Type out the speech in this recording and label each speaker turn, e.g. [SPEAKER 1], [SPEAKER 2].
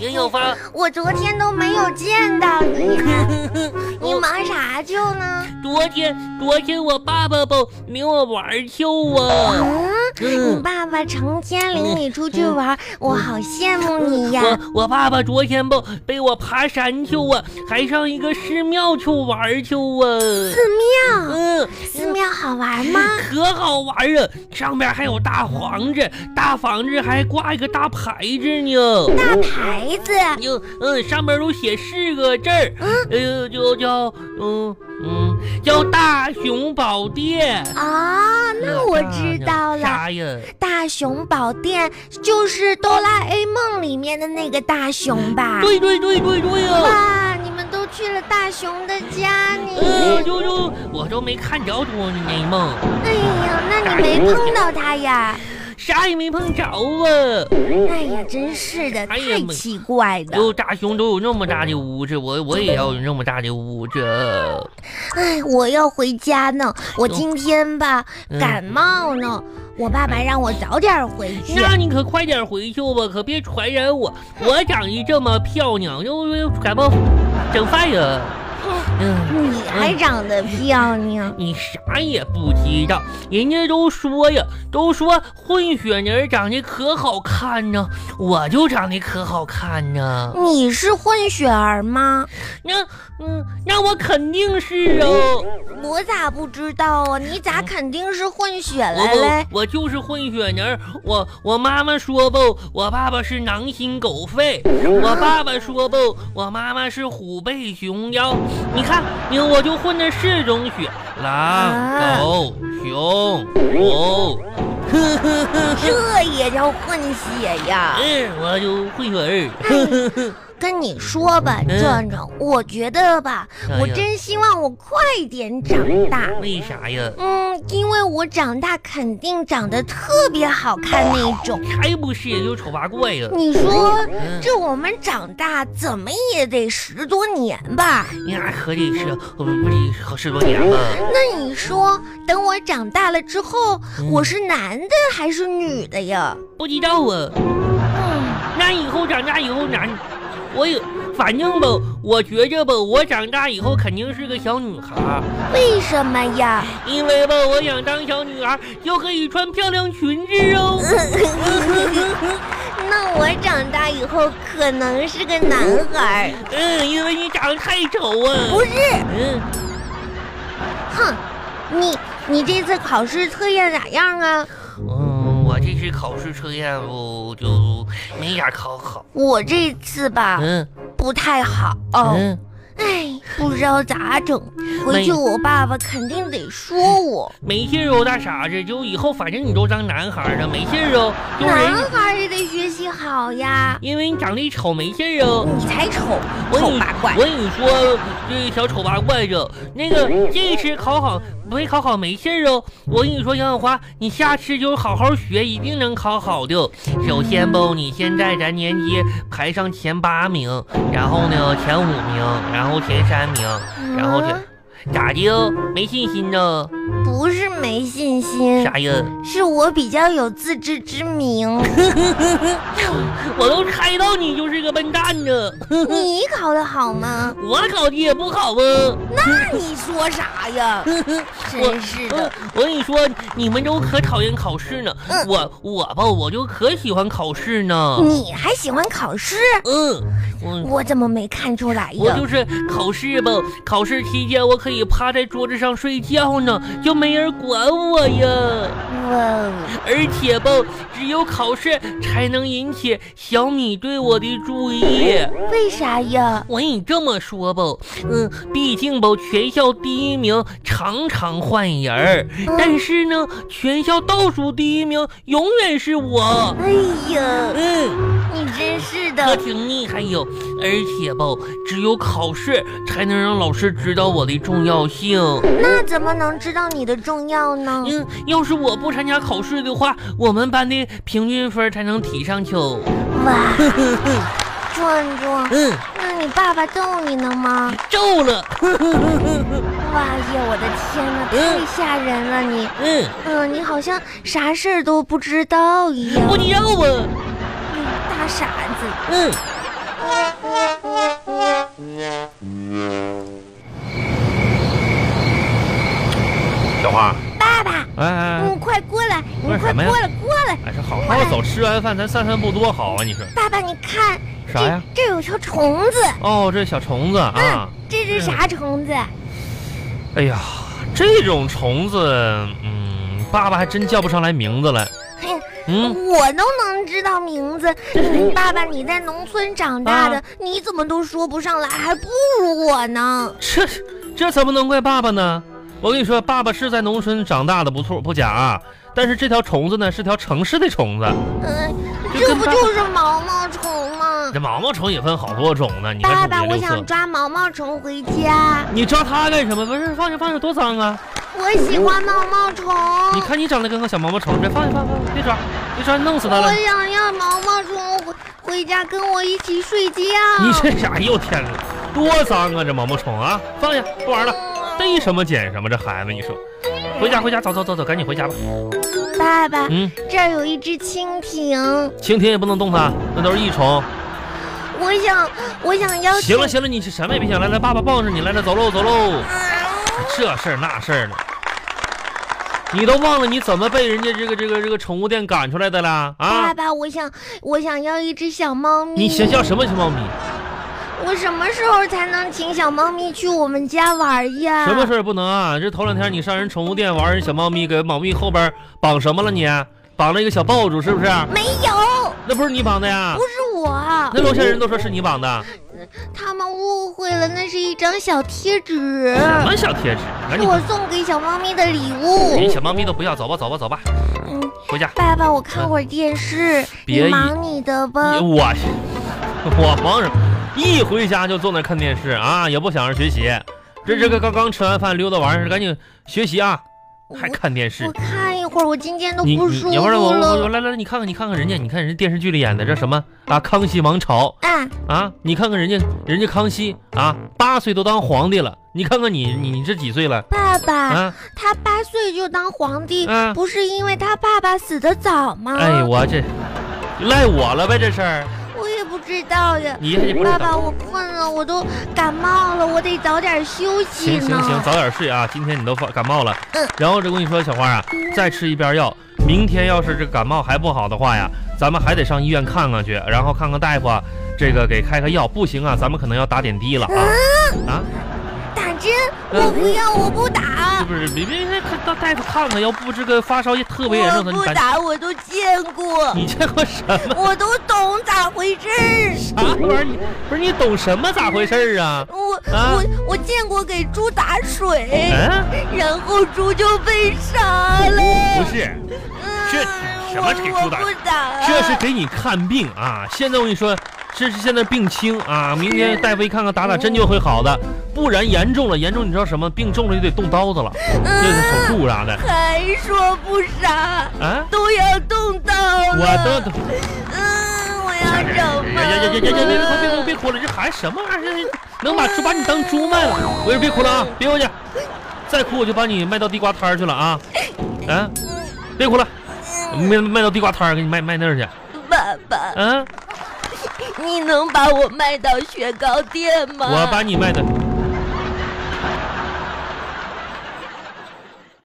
[SPEAKER 1] 没 有发。
[SPEAKER 2] 我昨天都没有见到你，啊你忙啥去呢？
[SPEAKER 1] 昨天昨天我爸爸不领我玩去啊。
[SPEAKER 2] 嗯，你爸爸成天领你出去玩，我好羡慕你呀！
[SPEAKER 1] 嗯我我爸爸昨天不背我爬山去啊，还上一个寺庙去玩去啊。
[SPEAKER 2] 寺庙，
[SPEAKER 1] 嗯，
[SPEAKER 2] 寺庙好玩吗？
[SPEAKER 1] 可好玩啊！上面还有大房子，大房子还挂一个大牌子呢。
[SPEAKER 2] 大牌子，
[SPEAKER 1] 就嗯，上面都写四个字儿，
[SPEAKER 2] 嗯
[SPEAKER 1] 呃，就叫嗯嗯，叫大雄宝殿。
[SPEAKER 2] 哦，那我知道了。
[SPEAKER 1] 啥呀？
[SPEAKER 2] 大雄宝殿就是哆啦 A 梦里面的那个大雄吧？
[SPEAKER 1] 对对对对对呀、
[SPEAKER 2] 哇，你们都去了大雄的家
[SPEAKER 1] 嗯，
[SPEAKER 2] 呢？
[SPEAKER 1] 就就我都没看着多呢，那梦
[SPEAKER 2] 哎呀，那你没碰到他呀？
[SPEAKER 1] 啥也没碰着啊。
[SPEAKER 2] 哎呀，真是的，
[SPEAKER 1] 哎呀哦
[SPEAKER 2] 太奇怪了。
[SPEAKER 1] 就大熊都有那么大的屋子，我我也要有那么大的屋子。
[SPEAKER 2] 哎，我要回家呢。我今天吧、
[SPEAKER 1] 嗯
[SPEAKER 2] 感冒呢，我爸爸让我早点回去。
[SPEAKER 1] 那你可快点回去吧，可别传染我。我长得这么漂亮，又又感冒整犯呀。嗯，
[SPEAKER 2] 你还长得漂亮，
[SPEAKER 1] 你啥也不知道，人家都说呀，都说混血人长得可好看呢，我就长得可好看呢。
[SPEAKER 2] 你是混血儿吗？
[SPEAKER 1] 那嗯，那我肯定是哦。
[SPEAKER 2] 我咋不知道啊？你咋肯定是混血
[SPEAKER 1] 我
[SPEAKER 2] 了嘞？
[SPEAKER 1] 不，我就是混血人儿。我我妈妈说不，我爸爸是狼心狗肺；我爸爸说不，我妈妈是虎背熊腰。你看，你我就混的四种血，
[SPEAKER 2] 啊
[SPEAKER 1] 狼、狗、熊、哦 虎。
[SPEAKER 2] 这也叫混血呀？
[SPEAKER 1] 嗯，我就哎混血
[SPEAKER 2] 嗯
[SPEAKER 1] 儿。
[SPEAKER 2] 跟你说吧，
[SPEAKER 1] 嗯
[SPEAKER 2] 壮壮，我觉得吧
[SPEAKER 1] 哎，呀
[SPEAKER 2] 我真希望我快点长大。
[SPEAKER 1] 为啥呀？
[SPEAKER 2] 嗯，因为我长大肯定长得特别好看那种。
[SPEAKER 1] 还不是也就丑八怪呀？
[SPEAKER 2] 你说
[SPEAKER 1] 嗯
[SPEAKER 2] 这我们长大怎么也得十多年吧？
[SPEAKER 1] 那可得是，不不得好十多年了。
[SPEAKER 2] 那你说，等我长大了之后，
[SPEAKER 1] 嗯
[SPEAKER 2] 我是男的还是女的呀？
[SPEAKER 1] 不知道啊。
[SPEAKER 2] 嗯，
[SPEAKER 1] 那以后长大以后男，我也反正吧，我觉着吧，我长大以后肯定是个小女孩儿，
[SPEAKER 2] 为什么呀？
[SPEAKER 1] 因为吧，我想当小女孩儿就可以穿漂亮裙子哦。
[SPEAKER 2] 嗯那我长大以后可能是个男孩儿，
[SPEAKER 1] 嗯，因为你长得太丑啊。
[SPEAKER 2] 不是？
[SPEAKER 1] 嗯，
[SPEAKER 2] 哼，你你这次考试测验咋样啊？
[SPEAKER 1] 嗯，我这次考试测验不就没咋考好。
[SPEAKER 2] 我这次吧
[SPEAKER 1] 嗯
[SPEAKER 2] 不太好，哦
[SPEAKER 1] 嗯，
[SPEAKER 2] 哎，不知道咋整，回去
[SPEAKER 1] 没
[SPEAKER 2] 我爸爸肯定得说我。
[SPEAKER 1] 没事儿哦，大傻子，就以后反正你都当男孩儿了，没事儿哦。就
[SPEAKER 2] 男
[SPEAKER 1] 人，
[SPEAKER 2] 孩也得学习好呀，
[SPEAKER 1] 因为你长得丑，没事儿哦。
[SPEAKER 2] 你才丑，
[SPEAKER 1] 我跟
[SPEAKER 2] 丑
[SPEAKER 1] 你
[SPEAKER 2] 八怪
[SPEAKER 1] 我。跟你说，这小丑八怪这那个这次考好没考好没事儿哦。我跟你说，杨小花，你下次就好好学，一定能考好的。首先吧，你现在咱年级排上前八名，然后呢前五名，然后前三名，然后
[SPEAKER 2] 啊
[SPEAKER 1] 前咋的哦？没信心呢？
[SPEAKER 2] 不是没信心，
[SPEAKER 1] 啥呀？
[SPEAKER 2] 是我比较有自知之 明。
[SPEAKER 1] 我都猜到你就是个笨蛋呢。
[SPEAKER 2] 你考得好吗？
[SPEAKER 1] 我考的也不好啊。
[SPEAKER 2] 那你说啥 呀？真是
[SPEAKER 1] 嗯
[SPEAKER 2] 的，，
[SPEAKER 1] 我跟你说，你们都可讨厌考试呢，
[SPEAKER 2] 嗯
[SPEAKER 1] 我我吧，我就可喜欢考试呢。
[SPEAKER 2] 你还喜欢考试？
[SPEAKER 1] 嗯，我
[SPEAKER 2] 我怎么没看出来
[SPEAKER 1] 我
[SPEAKER 2] 哎呀？
[SPEAKER 1] 就是考试吧，考试期间我可以趴在桌子上睡觉呢，就没人管我呀。
[SPEAKER 2] 哇哦，
[SPEAKER 1] 而且吧，只有考试才能引起小米对我的注意。
[SPEAKER 2] 为啥呀？
[SPEAKER 1] 我跟你这么说吧，嗯，毕竟吧，全校第一名常常换人儿，但是呢，全校倒数第一名永远是我。
[SPEAKER 2] 哎呀，
[SPEAKER 1] 嗯，
[SPEAKER 2] 你真是
[SPEAKER 1] 可
[SPEAKER 2] 的，
[SPEAKER 1] 挺厉害哟。而且吧，只有考试才能让老师知道我的重要性。
[SPEAKER 2] 那怎么能知道你的重要呢？
[SPEAKER 1] 嗯，要是我不参加考试的话，我们班的平均分才能提上去哦。
[SPEAKER 2] 哇，壮壮，
[SPEAKER 1] 嗯，
[SPEAKER 2] 那你爸爸揍你呢吗？
[SPEAKER 1] 中了。
[SPEAKER 2] 哇耶！我的天哪，太
[SPEAKER 1] 嗯
[SPEAKER 2] 吓人了你！
[SPEAKER 1] 嗯，
[SPEAKER 2] 嗯、你好像啥事儿都不知道一样
[SPEAKER 1] 不，知道啊。
[SPEAKER 2] 嗯大傻子。
[SPEAKER 1] 嗯。
[SPEAKER 2] 嗯、
[SPEAKER 3] 小花，
[SPEAKER 2] 爸爸，
[SPEAKER 1] 哎哎哎
[SPEAKER 2] 嗯，快过来，
[SPEAKER 1] 不
[SPEAKER 2] 你
[SPEAKER 1] 是
[SPEAKER 2] 快
[SPEAKER 1] 什么
[SPEAKER 2] 过
[SPEAKER 1] 呀
[SPEAKER 2] 来，过来，
[SPEAKER 1] 哎，这好好
[SPEAKER 2] 嗯
[SPEAKER 1] 走，吃完饭咱散散步多好啊！你说
[SPEAKER 2] 爸爸，你看，
[SPEAKER 1] 啥呀？
[SPEAKER 2] 这这有条虫子，嗯
[SPEAKER 1] 哦，这小虫子啊，
[SPEAKER 2] 这是啥虫子？
[SPEAKER 1] 哎呀，这种虫子，嗯，爸爸还真叫不上来名字来。
[SPEAKER 2] 嘿
[SPEAKER 1] 嗯，
[SPEAKER 2] 我都能知道名字，你爸爸，你在农村长大的，
[SPEAKER 1] 啊
[SPEAKER 2] 你怎么都说不上来，还不如我呢？
[SPEAKER 1] 这这怎么能怪爸爸呢？我跟你说，爸爸是在农村长大的，不错不假啊。但是这条虫子呢，是条城市的虫子。
[SPEAKER 2] 嗯，
[SPEAKER 1] 就
[SPEAKER 2] 这
[SPEAKER 1] 跟
[SPEAKER 2] 不
[SPEAKER 1] 爸
[SPEAKER 2] 就是毛毛虫吗？
[SPEAKER 1] 这毛毛虫也分好多种呢，你
[SPEAKER 2] 爸
[SPEAKER 1] 看
[SPEAKER 2] 爸，
[SPEAKER 1] 五
[SPEAKER 2] 我
[SPEAKER 1] 颜六
[SPEAKER 2] 想
[SPEAKER 1] 色。
[SPEAKER 2] 抓毛毛虫回家，
[SPEAKER 1] 你抓它干什么？不是放下放下多脏啊！
[SPEAKER 2] 我喜欢毛毛虫，
[SPEAKER 1] 你看你长得跟个小毛毛虫似的，放下放下放下，别抓，别抓，弄死它了
[SPEAKER 2] 我。想让毛毛虫回回家跟我一起睡觉。
[SPEAKER 1] 你这啥？哎呦天哪，多脏啊！这毛毛虫啊，放下，不
[SPEAKER 2] 嗯
[SPEAKER 1] 玩了，哎逮什么捡什么，这孩子，你说，回家回家，走走走走，赶紧回家吧。
[SPEAKER 2] 爸爸，
[SPEAKER 1] 嗯，
[SPEAKER 2] 这儿有一只蜻蜓，
[SPEAKER 1] 蜻蜓也不能动它，那都是益虫。
[SPEAKER 2] 我想，我想邀请。
[SPEAKER 1] 行了行了，你是什么也别想，来来，爸爸抱着你，来来，走喽走喽。
[SPEAKER 2] 嗯
[SPEAKER 1] 这事儿那事儿的，你都忘了你怎么被人家这个这个这个宠物店赶出来的啦？啊
[SPEAKER 2] 爸，爸，我想，我想要一只小猫咪。
[SPEAKER 1] 你想叫什么小猫咪？
[SPEAKER 2] 我什么时候才能请小猫咪去我们家玩呀？
[SPEAKER 1] 什么事儿不能啊？这头两天你上人宠物店玩人小猫咪，给猫咪后边绑什么了你？绑了一个小爆竹是不是？
[SPEAKER 2] 没有，
[SPEAKER 1] 那不是你绑的呀
[SPEAKER 2] 不？是我，
[SPEAKER 1] 啊那楼下人都说是你绑的，
[SPEAKER 2] 他们误会了，那是一张小贴纸，
[SPEAKER 1] 什么小贴纸？赶
[SPEAKER 2] 是
[SPEAKER 1] 紧
[SPEAKER 2] 哎我送给小猫咪的礼
[SPEAKER 1] 连
[SPEAKER 2] 物。
[SPEAKER 1] 小猫咪都不要，走吧走吧走吧，
[SPEAKER 2] 嗯，
[SPEAKER 1] 回家。
[SPEAKER 2] 爸爸，我看会儿电视，
[SPEAKER 1] 啊别
[SPEAKER 2] 你
[SPEAKER 1] 以
[SPEAKER 2] 忙你的吧
[SPEAKER 1] 你。哎我 我忙什么？一回家就坐那儿看电视啊，也不想着学习。这这个刚刚吃完饭溜达完事儿，赶紧学习啊，还看电视
[SPEAKER 2] 我。看一会儿，我今天都
[SPEAKER 1] 你
[SPEAKER 2] 不舒
[SPEAKER 1] 你，
[SPEAKER 2] 服
[SPEAKER 1] 要不然我我我
[SPEAKER 2] 了。
[SPEAKER 1] 来来来，你看看你看看人家，你看人家电视剧里演的这什么啊，《康熙王朝》。
[SPEAKER 2] 啊，
[SPEAKER 1] 啊，你看看人家，人家康熙啊，八岁都当皇帝了，你看看你，你你这几岁了
[SPEAKER 2] 爸爸，
[SPEAKER 1] 啊？
[SPEAKER 2] 他八岁就当皇帝，
[SPEAKER 1] 啊
[SPEAKER 2] 不是因为他爸爸死得早吗？
[SPEAKER 1] 哎，我这赖我了呗，这事儿
[SPEAKER 2] 我也不知道呀。
[SPEAKER 1] 你也不知
[SPEAKER 2] 爸
[SPEAKER 1] 道。
[SPEAKER 2] 爸，我困了，我都感冒了，我得早点休息
[SPEAKER 1] 行
[SPEAKER 2] 呢。
[SPEAKER 1] 行行，早点睡啊！今天你都发感冒了，
[SPEAKER 2] 嗯
[SPEAKER 1] 然后这我跟你说，小花啊，再吃一边药，明天要是这感冒还不好的话呀，咱们还得上医院看看去，然后看看大夫啊，这个给开开药，不行啊，咱们可能要打点滴了啊
[SPEAKER 2] 嗯
[SPEAKER 1] 啊！
[SPEAKER 2] 打针，
[SPEAKER 1] 嗯
[SPEAKER 2] 我不要，我不打，
[SPEAKER 1] 不是，别别别，看到大夫看看，要不这个发烧也特别严
[SPEAKER 2] 我
[SPEAKER 1] 重的，
[SPEAKER 2] 不
[SPEAKER 1] 你赶紧
[SPEAKER 2] 打，我都见过，
[SPEAKER 1] 你见过什么？
[SPEAKER 2] 我都懂咋回事儿。
[SPEAKER 1] 啥玩意儿？你不是你懂什么咋回事儿啊？
[SPEAKER 2] 我、
[SPEAKER 1] 啊
[SPEAKER 2] 我我见过给猪打水，
[SPEAKER 1] 嗯，
[SPEAKER 2] 然后猪就被杀
[SPEAKER 1] 不
[SPEAKER 2] 了。
[SPEAKER 1] 哦是，
[SPEAKER 2] 嗯
[SPEAKER 1] 这什么给猪打
[SPEAKER 2] 我我不打，
[SPEAKER 1] 这是给你看病啊。现在我跟你说，这是现在病轻啊，明天大夫一看看打打针就会好的，不然严重了，严重你知道什么？病重了就得动刀子了，那个
[SPEAKER 2] 嗯
[SPEAKER 1] 手术啥的
[SPEAKER 2] 还说不杀，
[SPEAKER 1] 啊。
[SPEAKER 2] 都要动刀了。
[SPEAKER 1] 我都都，
[SPEAKER 2] 嗯，我要找妈
[SPEAKER 1] 呀呀呀呀呀呀！别别别
[SPEAKER 2] 妈。
[SPEAKER 1] 别哭了，这孩子什么玩意儿？能把猪把你当猪卖了？我说别哭了啊，别回去，再哭我就把你卖到地瓜摊儿去了啊！啊，别哭了，卖卖到地瓜摊儿给你卖卖那儿去。
[SPEAKER 2] 爸爸，
[SPEAKER 1] 嗯，
[SPEAKER 2] 你能把我卖到雪糕店吗？
[SPEAKER 1] 我把你卖的，